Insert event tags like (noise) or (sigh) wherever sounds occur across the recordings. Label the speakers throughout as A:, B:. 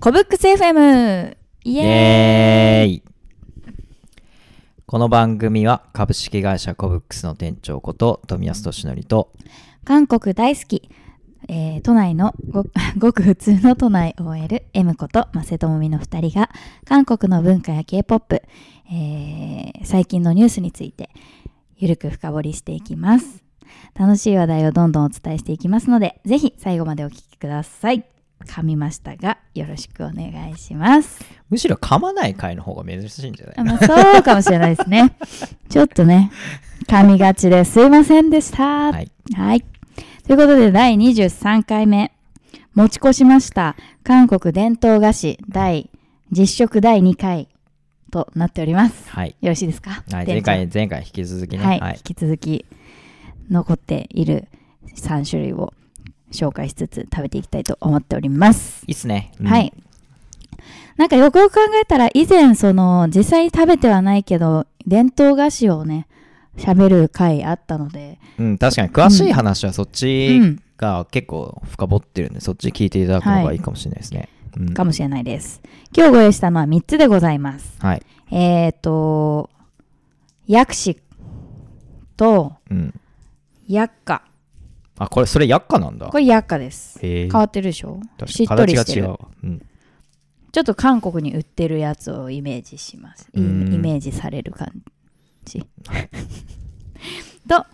A: コブックス FM! イ
B: イ
A: エーイ
B: エーイこの番組は株式会社コブックスの店長こと富安俊則と
A: 韓国大好き、えー都内のご (laughs) ごく普通の都内 OL M ことマセトモミの2人が韓国の文化や K-POP、えー最近のニュースについてゆるく深掘りしていきます楽しい話題をどんどんお伝えしていきますのでぜひ最後までお聞きください噛みましたがよろしくお願いします
B: むしろ噛まない回の方が珍しいんじゃない
A: あまあ、そうかもしれないです
B: (laughs)
A: ねちょっとね噛みがちですいませんでした
B: はい、
A: はい。ということで、第23回目。持ち越しました。韓国伝統菓子第、実食第2回となっております。
B: はい
A: よろしいですか
B: はい、
A: 店
B: 前
A: 長
B: 回前回引き続きね、
A: はい、
B: はい
A: 引き続き、残っている3種類を紹介しつつ食べていきたいと思っております。
B: いいっすね、うん
A: はい。なんかよくよく考えたら以前その実際に食べてはないけど伝統菓子をね喋る回あったので、
B: うん、確かに詳しい話はそっ
A: う
B: ち
A: ん
B: が結構深掘ってるんでそっち聞いていただくのがいいかもしれないですね、うん
A: かもしれないです。今日ご用意したのは3つでございます。
B: はい、
A: えっ、と、薬師と
B: うん、
A: 薬価。
B: あこれそれ薬価なんだ
A: これ薬価です。
B: へえ
A: 変わってるでしょ
B: 確
A: しっ
B: か
A: とり
B: に
A: し
B: 形
A: て
B: が違
A: る。
B: うわ、うん、
A: ちょっと韓国に売ってるやつをイメージします。イイ
B: うん
A: メージされる感
B: (laughs)
A: じ。と、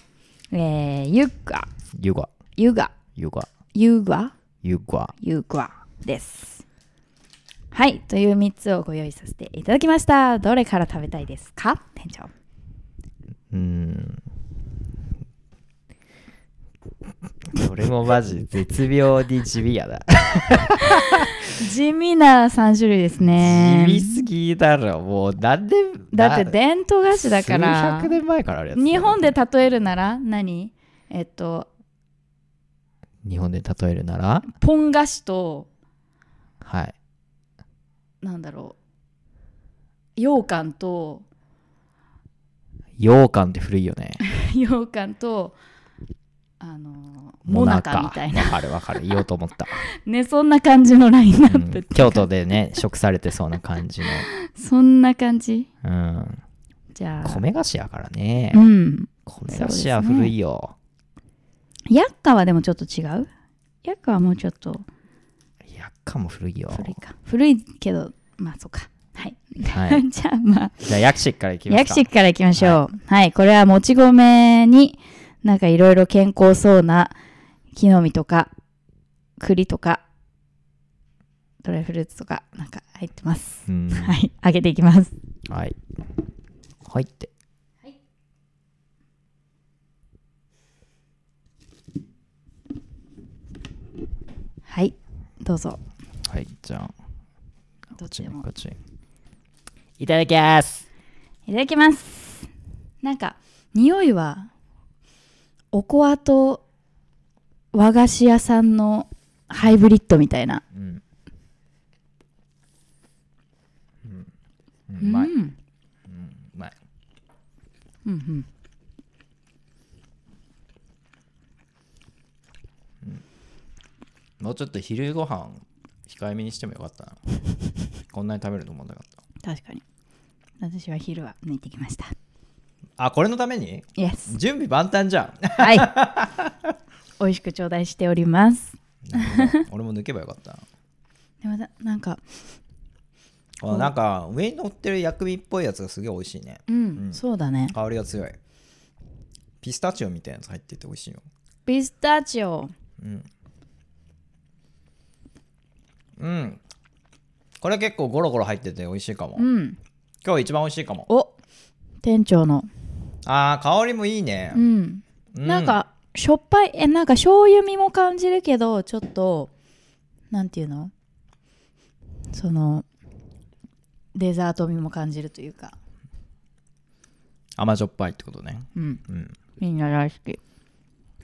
A: えー、ユガ、
B: 湯が
A: ユガ、
B: 湯が
A: ユガ、
B: 湯が
A: ユガです。はい、という3つをご用意させていただきました。どれから食べたいですか店長。
B: うーん。これもマジ絶妙に地味やな。
A: 地味な3種類ですね
B: 地味すぎだろ、もう何年
A: だって伝統菓子だか
B: 数
A: ら
B: 百年前からあるやつだな。
A: 日本で例えるなら何えっと
B: 日本で例えるなら、
A: ポン菓子と
B: はい。
A: なんだろう羊羹と (laughs)
B: 羊羹って古いよね。
A: 羊羹とあのモナカみたいな
B: わかるわかる。言おうと思った。
A: ねそんな感じのラインナ
B: う
A: ップ、
B: ん京都でね、食されてそうな感じの。
A: そんな感じ
B: うん。
A: じゃあ
B: 米菓子やからね
A: う。ん
B: 米菓子は古いよ。
A: 薬価はでもちょっと違う薬価はもうちょっと
B: 薬価も古いよ。
A: 古いか古いけどまあそうかはい、
B: は
A: (laughs)
B: い。
A: じゃあまあ
B: じゃあ、薬師からいきますか。
A: 薬師からいきましょう。はい、これはもち米になんかいろいろ健康そうな木の実とか栗とかドライフルーツとかなんか入ってます。
B: うん
A: はい、揚げていきます。
B: はい。はいって。
A: はい、どうぞ。
B: はい、じゃあ、
A: どっちでも
B: こっち。いただきます。
A: いただきます。なんか匂いはおこわと和菓子屋さんのハイブリッドみたいな。
B: うん。うん
A: う。
B: うまい。うんまい。
A: うんうん。
B: もうちょっと昼ご飯控えめにしてもよか (laughs) ったな。こんなに食べると思わなかった。
A: 確かに。私は昼は抜いてきました。
B: あ、これのために
A: Yes。
B: 準備万端じゃ
A: はい。 (laughs) 美味しく頂戴しております。
B: ん。なるほど (laughs) 俺も抜けばよかったな。
A: でもななんか、
B: あなんか上に乗ってる薬味っぽいやつがすげえ美味しいね。
A: うん、そうだね。
B: 香りが強い。ピスタチオみたいなやつ入ってて美味しいよ。
A: ピスタチオ。
B: うん。これ結構ゴロゴロ入ってて美味しいかも。
A: うん。
B: 今日一番美味しいかも。
A: お店長の。
B: あー、香りもいいね
A: う。ん。
B: うん
A: なんか、しょっぱい、え、なんか醤油味も感じるけど、ちょっと、なんていうのその、デザート味も感じるというか。
B: 甘じょっぱいってことね。
A: うん。
B: うん。
A: みんな大好き。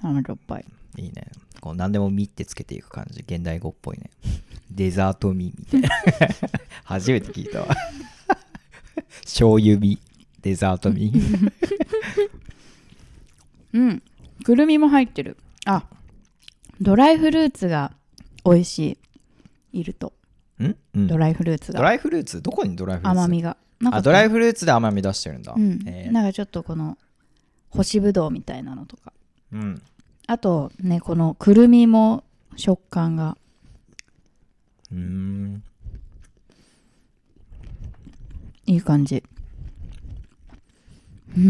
A: 甘じょっぱい。
B: いいね。こう何でも「み」ってつけていく感じ。現代語っぽい (laughs) ね。デザートみみたいな。 (laughs) 初めて聞いたわ。 (laughs) 醤油み。デザートみ。
A: うん。くるみも入ってる。あ、ドライフルーツが美味しい。いると。
B: ん、うん、
A: ド
B: ド
A: ライフルーツが
B: ライフルーツどこにドライフルーツ
A: 甘みがなん
B: あドライ
A: フ
B: フルーツで甘み出してるんだ、
A: うん
B: えー
A: なんかちょっとこの干しぶどうみたいなのとか
B: うん
A: あとねこのくるみも食感が
B: うーん
A: いい感じ、うん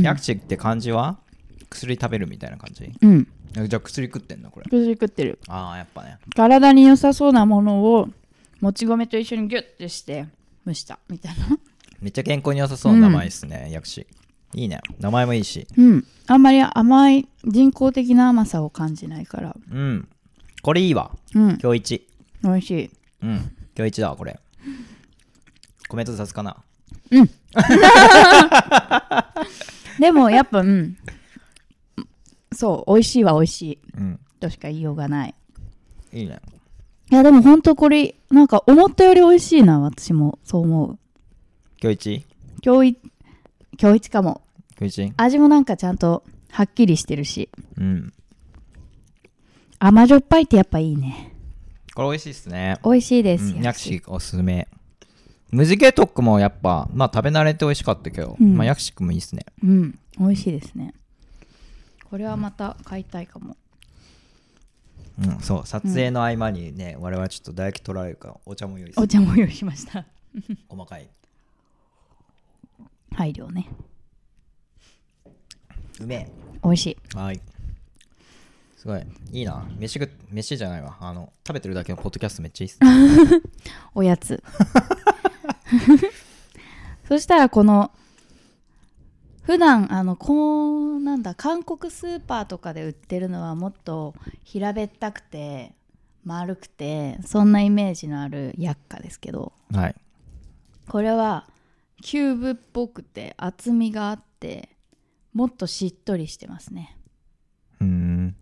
B: ヤクチって感じは薬食べるみたいな感じ
A: うん
B: えじゃあ薬食ってんだこれ
A: 薬食ってる
B: ああやっぱね
A: 体に良さそうなものをもち米と一緒にギュッてして蒸したみたいな
B: めっちゃ健康に良さそうな名前ですね、薬師いいね名前もいいし
A: うんあんまり甘い人工的な甘さを感じないから
B: うんこれいいわ
A: うん
B: 今日一
A: 美味しい
B: うん今日一だわこれコメント雑かな
A: でもやっぱうんそう美味しいは美味しい
B: うん
A: としか言いようがない
B: いいね
A: いやでもほんとこれなんか思ったより美味しいな私もそう思う
B: 今日一
A: 今日い今日一かも
B: 今日一
A: 味もなんかちゃんとはっきりしてるし
B: うん
A: 甘じょっぱいってやっぱいいね
B: これ美味しいっすね
A: 美味しいです
B: うん、薬師おすすめムジゲトックもやっぱまあ食べ慣れて美味しかったけど、
A: うん
B: まあ薬師もいいっすね
A: うん美味しいですねこれはまた買いたいかも
B: うんそう撮影の合間にね、我々ちょっと唾液取られるからお茶も用意す
A: お
B: る
A: 茶も用意しました
B: 細かい
A: 配慮ね
B: うめえ
A: 美味しい
B: はい。すごい。いいな。飯ぐ、飯じゃないわ。あの、食べてるだけのポッドキャストめっちゃいいっすね。
A: おや (laughs) つそしたらこの普段あのこうなんだ韓国スーパーとかで売ってるのはもっと平べったくて丸くてそんなイメージのある薬価ですけど
B: はい。
A: これはキューブっぽくて厚みがあってもっとしっとりしてますね
B: うーん。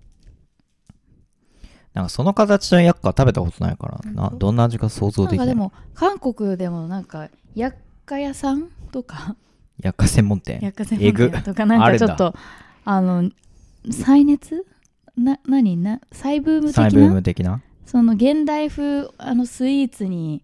B: なんかその形の薬価は食べたことないから、などんな味か想像
A: なん
B: でき
A: か
B: な
A: で
B: い。
A: も韓国でもなんか薬価屋さんとか
B: 薬価専門店。
A: 薬価専門店とかなん
B: あ
A: か
B: るん
A: ちょ
B: だ
A: っとあの再熱な何な再ブーム
B: サイ
A: 的
B: ブー
A: な
B: ム的な
A: その現代風あのスイーツに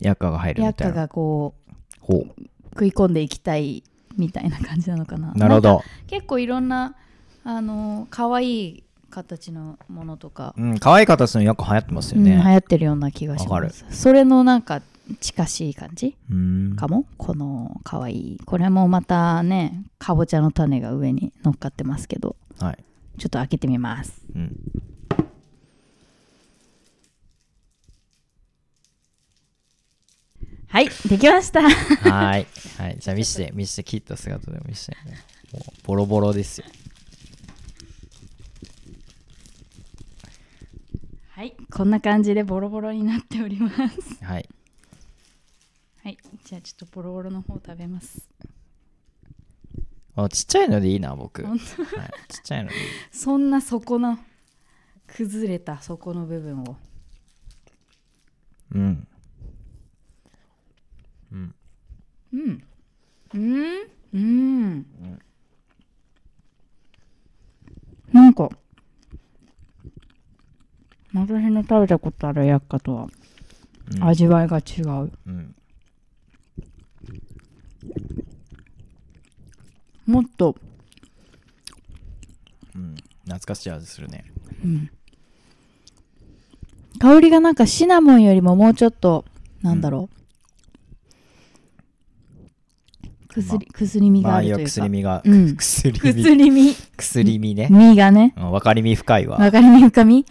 B: 薬価が入るみ
A: 薬
B: た
A: 価
B: いな。
A: がこう
B: ほう。
A: 食い込んでいきたいみたいな感じなのかな
B: なるほ
A: んか
B: ど。
A: 結構いろんなあの可愛い形のものとか、
B: うん、可愛い形の薬価流行ってますよ
A: うん流
B: ね。
A: 行ってるような気がし
B: わか
A: ま
B: る
A: すそれのなんか近しい感じ
B: うーん。
A: かもこの可愛いこれもまたねかぼちゃの種が上に乗っかってますけど
B: はい。
A: ちょっと開けてみます
B: うん。
A: はいできました
B: (laughs) はーい。はい。じゃあ見せて、見せて、切った姿でも見せて、もうボロボロですよ。
A: はいこんな感じでボロボロになっております
B: はい。
A: はいじゃあちょっとボロボロの方食べます
B: あちっちゃいのでいいな、僕。は
A: 本
B: い、ちっちゃいのでいい。
A: (laughs) そんな底の崩れた底の部分を
B: うん。
A: うんうんうんなんか私の食べたことある薬価とは
B: うん
A: 味わいが違う、
B: うん。
A: もっと
B: うん。懐かしい味するね。
A: 香りがなんかシナモンよりももうちょっとなんだろう、くすりくすりみが
B: ま
A: あ
B: あ、
A: る
B: い
A: と
B: や、
A: いうか、
B: 薬味が、
A: うん
B: 薬
A: く
B: 味、
A: すりみ
B: 薬味ね。
A: みがね
B: うん分かりみ深いわ。
A: わかりみ深み (laughs)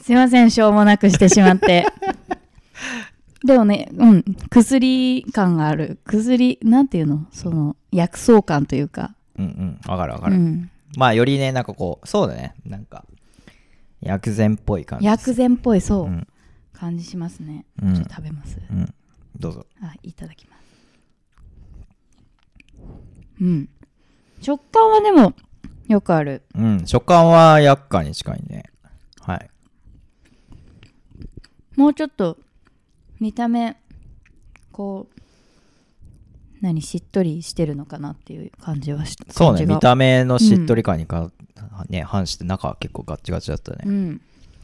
A: すいませんしょうもなくしてしま
B: (laughs)
A: ってでもねうん薬感がある薬なんていうのその薬草感というか
B: うんうん。分かる分かる。
A: うん、
B: まあ、よりね、なんかこう、そうだね。なんか、薬膳っぽい感じ。
A: 薬膳っぽいそう、
B: うん
A: 感じしますね、
B: うん
A: ちょっと食べます
B: うん。どうぞ。
A: あいただきますうん食感はでもよくある
B: うん。食感は薬価に近いね。はい。
A: もうちょっと見た目こう何しっとりしてるのかなっていう感じはし
B: そうね。
A: 感じが
B: 見た目のしっとり感にか、ね、反して中は結構ガッチガチだったね。
A: うん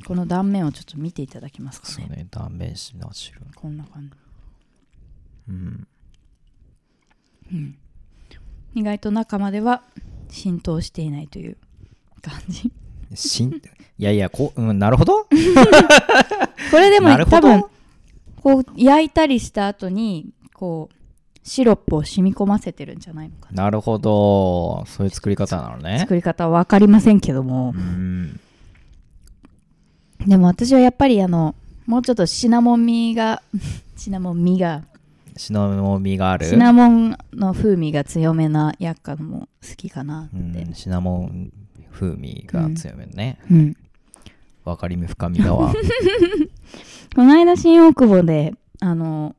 A: この断面をちょっと見ていただけますか
B: そう
A: ね
B: ね断面しなしろ
A: こんな感じ
B: うん
A: うん意外と中までは浸透していないという感
B: (laughs)
A: じ
B: しんいやいやこう、うん、なるほど
A: これでも
B: なるほ
A: 多
B: ど
A: 分こう焼いたりした後にこうシロップを染み込ませてるんじゃないのかな
B: なるほどそういう作り方なのね
A: 作り方は分かりませんけども
B: うん
A: でも私はやっぱりあのもうちょっとシナモン味が (laughs) シナモン味が
B: シナモン味がある
A: シナモンの風味が強めなやっかのも好きかなって、
B: うん、シナモン風味が強めのね、
A: うん、
B: わかりみ深み
A: (laughs)
B: だわ
A: この間新大久保であの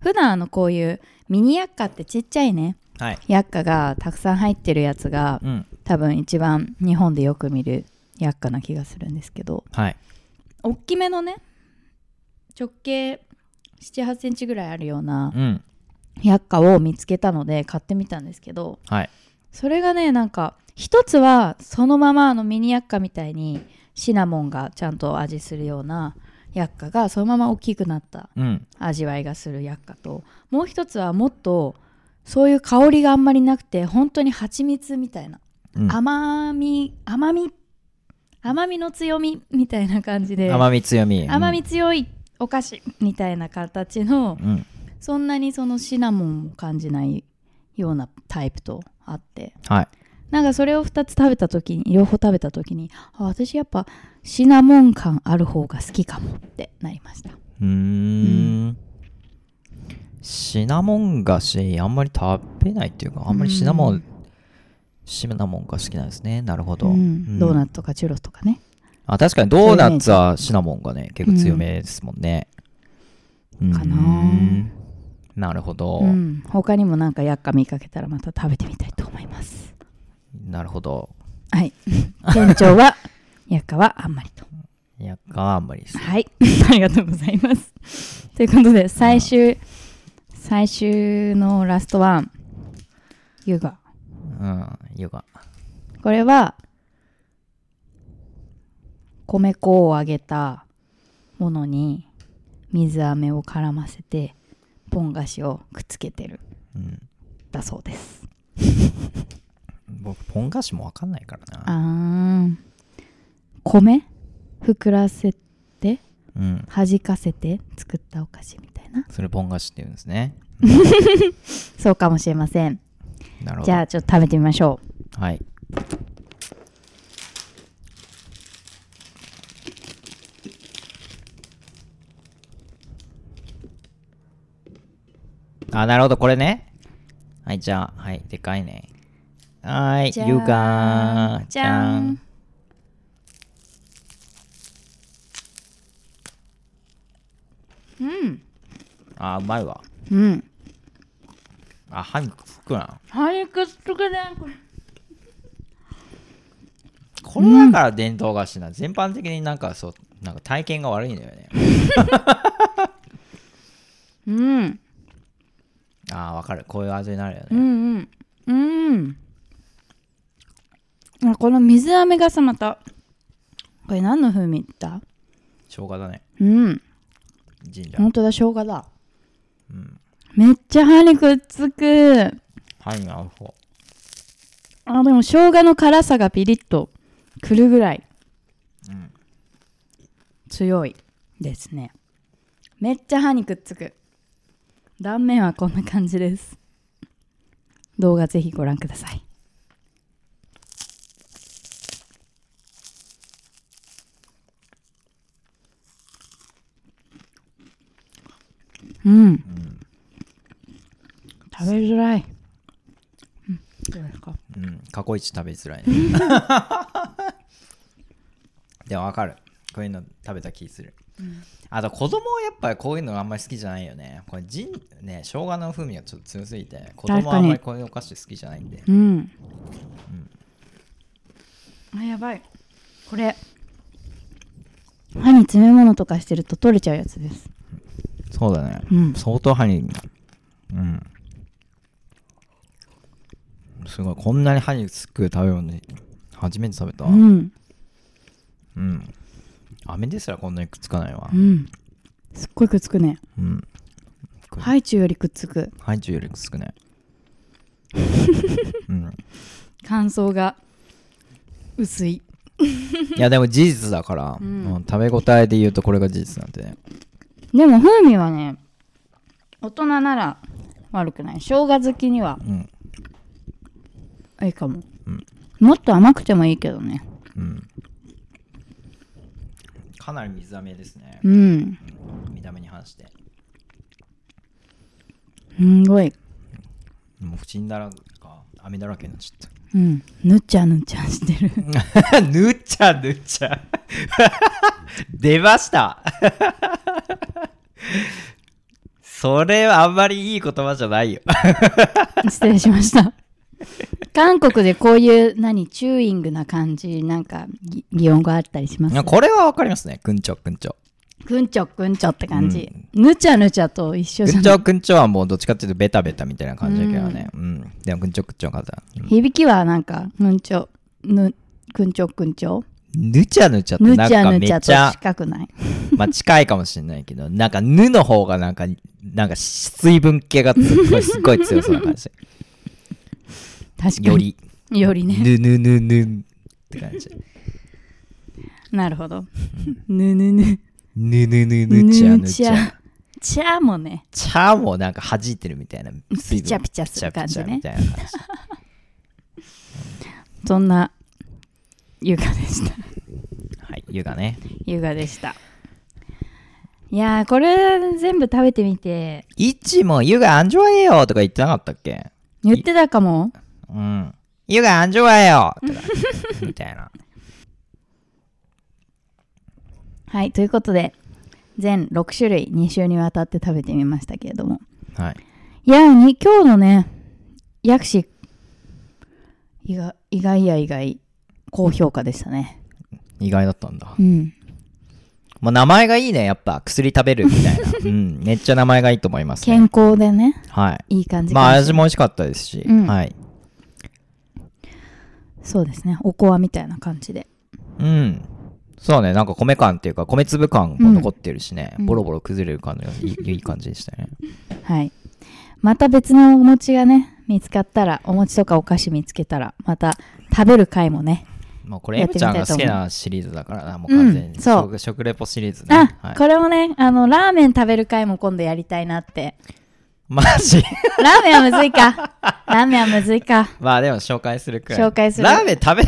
A: 普段あのこういうミニヤッカってちっちゃいね
B: はい
A: ヤッカがたくさん入ってるやつが
B: うん
A: 多分一番日本でよく見るヤッカな気がするんですけど
B: はい
A: 大きめのね直径78センチぐらいあるような
B: うん
A: ヤッカを見つけたので買ってみたんですけど
B: はい
A: それがねなんか一つはそのままあのミニヤッカみたいにシナモンがちゃんと味するようなヤッカがそのまま大きくなった
B: うん
A: 味わいがする薬価ともう一つはもっとそういう香りがあんまりなくて本当に蜂蜜みたいな、
B: うん
A: 甘み甘み甘みの強みみたいな感じで
B: 甘み強みうん
A: 甘み強いお菓子みたいな形の、
B: うん
A: そんなにそのシナモンを感じないようなタイプとあって
B: はい
A: なんかそれを2つ食べた時に両方食べた時にあ私やっぱシナモン感ある方が好きかもってなりました
B: うーんシナモン菓子あんまり食べないっていうかあんまりシナモン、
A: うん
B: シナモンが好きなんですねなるほど、
A: うん
B: うん
A: ドーナツとかチュロスとかね
B: あ確かにドーナツはシナモンがね結構強めですもんね、うん、
A: かなあ
B: なるほど、
A: うん、他にもなんかやっか見かけたらまた食べてみたいと思います
B: なるほど
A: はい店長はやっかはあんまりと
B: やっかはあんまりですね
A: はい (laughs) ありがとうございますということで最終、最終のラストワンユガ
B: うんヨガ
A: これは米粉を揚げたものに水飴を絡ませてポン菓子をくっつけてる
B: うん
A: だそうです
B: 僕ポン菓子もわかんないからな
A: あー米膨らせて
B: うん
A: 弾かせて作ったお菓子みたいな
B: それポン菓子って言うんですね
A: そうかもしれません
B: なるほど
A: じゃあちょっと食べてみましょう
B: はいあなるほどこれねはいじゃあはいでかいねはー
A: じゃ
B: い
A: ーん
B: ゆうかー
A: じゃーんうん
B: あーうまいわ
A: うん
B: あ歯にくっつくな
A: 早く作れこれ
B: これだから伝統菓子な、全般的になんかそうなんか体験が悪いんだよね
A: うん
B: ああわかるこういう味になるよね、
A: うんうんうんあこの水飴がさまたこれ何の風味だ
B: 生姜だね
A: うん
B: 神社
A: 本当だ生姜だ、めっちゃ歯にくっつく
B: はいなるほ
A: あでも生姜の辛さがピリッとくるぐらい
B: うん
A: 強いですねめっちゃ歯にくっつく断面はこんな感じです動画ぜひご覧くださいうん、食べづらい、うん、どうですか
B: うん過去一食べづらいね (laughs) でもわかるこういうの食べた気する、あと子供はやっぱりこういうのあんまり好きじゃないよねこれジンね生姜の風味がちょっと強すぎて子供はあんまりこういうお菓子好きじゃないんで
A: うん、あやばいこれ歯に詰め物とかしてると取れちゃうやつです
B: そうだね、
A: うん
B: 相当歯にうんすごいこんなに歯につく食べ物初めて食べた
A: うん
B: うん飴ですらこんなにくっつかないわ
A: う。んすっごいくっつくね
B: うん。これ
A: ハイチュウよりくっつく
B: ハイチュウより少ない。 (laughs) うん、
A: 感想が薄い
B: いやでも事実だから、
A: うん
B: うん食べ応えで言うとこれが事実なんでね
A: でも風味はね大人なら悪くない生姜好きには
B: うん
A: いいかも、
B: うん
A: もっと甘くてもいいけどね
B: うんかなり水飴ですね、
A: うん
B: 見た目に反して
A: すんごい、
B: もう口にだらか飴だらけになっちゃっ
A: うん、ぬっちゃぬっちゃしてる
B: (laughs) たぬっちゃぬっちゃ (laughs) 出ました (laughs) それはあんまりいい言葉じゃないよ
A: (laughs) 失礼しました韓国でこういう何チューイングな感じなんかぎ擬音語あったりします
B: (laughs) これはわかりますねくんちょくんちょ
A: くんちょくんちょって感じ、ぬちゃぬちゃと一緒じ
B: く
A: ゃ
B: (laughs) ん
A: な
B: ち
A: い
B: ょくんちょはもうどっちかっていうとベタベタみたいな感じだけどね。うん。でもくんちょくんちょの方。うん
A: 響きはなんかくんちょぬくんちょくんちょ
B: ぬちゃぬちゃって
A: ぬ
B: なん
A: ち
B: か
A: ゃ
B: め
A: ぬ
B: ち
A: ち
B: ゃ
A: ゃと
B: (laughs)
A: 近くない
B: まあ、近いかもしれないけど、なんかぬの方がなんか、なんか水分系がすごいすごい強そうな感 (laughs) じ。
A: 確かに
B: より、
A: よりね
B: ぬぬぬぬんって感じ。
A: なるほどぬぬぬ
B: ぬぬぬぬちゃぬちゃ。
A: ちゃもね
B: ちゃもなんか弾いてるみたいな。水分
A: ピチャピチャする感じね
B: ピチャピチャみたいな感じ。
A: そんな優雅でした
B: はい、ゆがね。
A: 優雅でしたいやーこれ全部食べてみて
B: いちもゆがあんじょわえよとか言ってなかったっけ
A: 言ってたかも
B: うん。ゆがあんじょわよとか、みたいな。
A: はいということで全6種類2週にわたって食べてみましたけれども
B: はい。
A: いやに今日のね薬師意外意外や意外高評価でしたね
B: 意外だったんだ。
A: うん
B: もう名前がいいね、やっぱ。薬食べるみたいな。うん。めっちゃ名前がいいと思います、ね。
A: 健康でね
B: はい。
A: いい感じかも
B: まあ、
A: しれ
B: 味
A: ない
B: も美味しかったですし。
A: うん
B: はい。
A: そうですねおこわみたいな感じで
B: うん。そうね、なんか米感っていうか、米粒感も残ってるしね、
A: うん
B: ボロボロ崩れる感じがいいいい感じでしたね。
A: はい。また別のお餅がね、見つかったら、お餅とかお菓子見つけたら、また食べる回もね。
B: もうこれ、
A: や
B: エ
A: って
B: ム
A: み
B: ち
A: た
B: ゃ
A: い
B: ん
A: と思う
B: が好きなシリーズだからな、もう完全に。
A: うんそう
B: 食食レポシリーズね。
A: あ、
B: はい、
A: これもね、あの、ラーメン食べる回も今度やりたいな
B: (laughs)
A: って。
B: マジ
A: ラーメンはむずいか。ラーメンはむずいか。
B: まあでも紹介するくらい。
A: 紹介する
B: ラーメン食べ、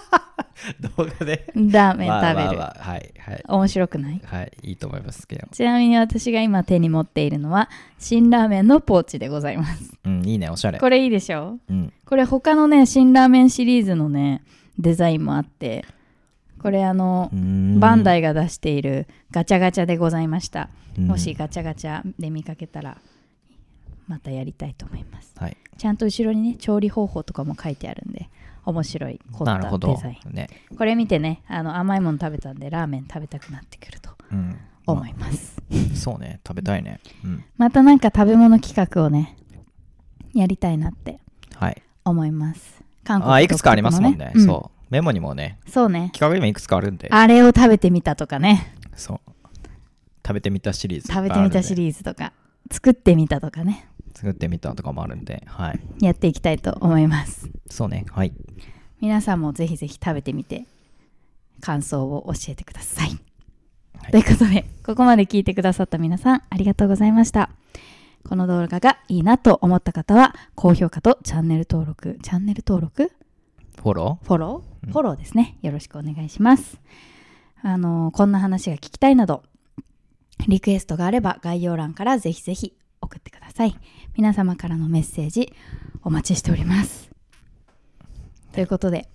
B: (laughs) 動画で。
A: ラーメン食べる。
B: まあまあまあはいはい
A: 面白くない
B: はいいいと思いますけど
A: ちなみに私が今手に持っているのは、辛ラーメンのポーチでございます。
B: うんいいねおしゃれ
A: これいいでしょ
B: うん
A: これ他のね、辛ラーメンシリーズのね、デザインもあって、これあの、バンダ
B: イ
A: イが出しているガチャガチャでございました。もし
B: が
A: ガチャガチャで見かけたら、またやりたいと思います。
B: はい
A: ちゃんと後ろにね、調理方法とかも書いてあるんで、面白い凝
B: な
A: っ
B: る
A: た
B: ほ
A: デ
B: ど
A: ザイ
B: ね
A: ン。これ見てね、あの甘いもの食べたんで、ラーメン食べたくなってくると
B: うん
A: 思います。
B: まあそうね食べたいねうん
A: またなんか食べ物企画をね、やりたいなって
B: はい
A: 思います。韓
B: あいくつかありますもんね
A: 独特の
B: そうメモにもね
A: うん。そうね。
B: 企画にもいくつかあるんで
A: あれを食べてみたとかね、
B: そう食べてみたシリーズ
A: 食べてみたシ
B: ーズ
A: リーズとか、作ってみたとかね、
B: 作ってみたとかもあるんではい
A: やっていきたいと思います。
B: そうねはい
A: 皆さんもぜひぜひ食べてみて感想を教えてください、
B: はい
A: ということでここまで聞いてくださった皆さんありがとうございましたこの動画がいいなと思った方は高評価とチャンネル登録チャンネル登録
B: フォロ
A: フォロ
B: う
A: ー
B: ん
A: フォローですねよろしくお願いしますあのこんな話が聞きたいなどリクエストがあれば概要欄からぜひぜひ送ってください皆様からのメッセージお待ちしておりますということで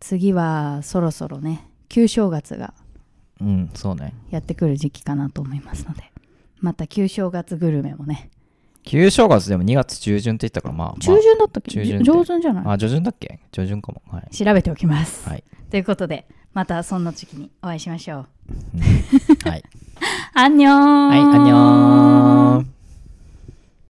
A: 次はそろそろね旧正月が
B: ーうんそうね
A: やってくる時期かなと思いますのでまた旧正月グルメもね
B: 旧正月でも2月中旬って言ったからまあまあ
A: 中旬だったっけ、
B: 中旬って
A: 上旬じゃない
B: あ上旬だっけ上旬かもはい
A: 調べておきます、
B: はい
A: ということでまたそんな時期にお (laughs) 会いしましょう
B: うんはい
A: 안녕.
B: はい、안녕.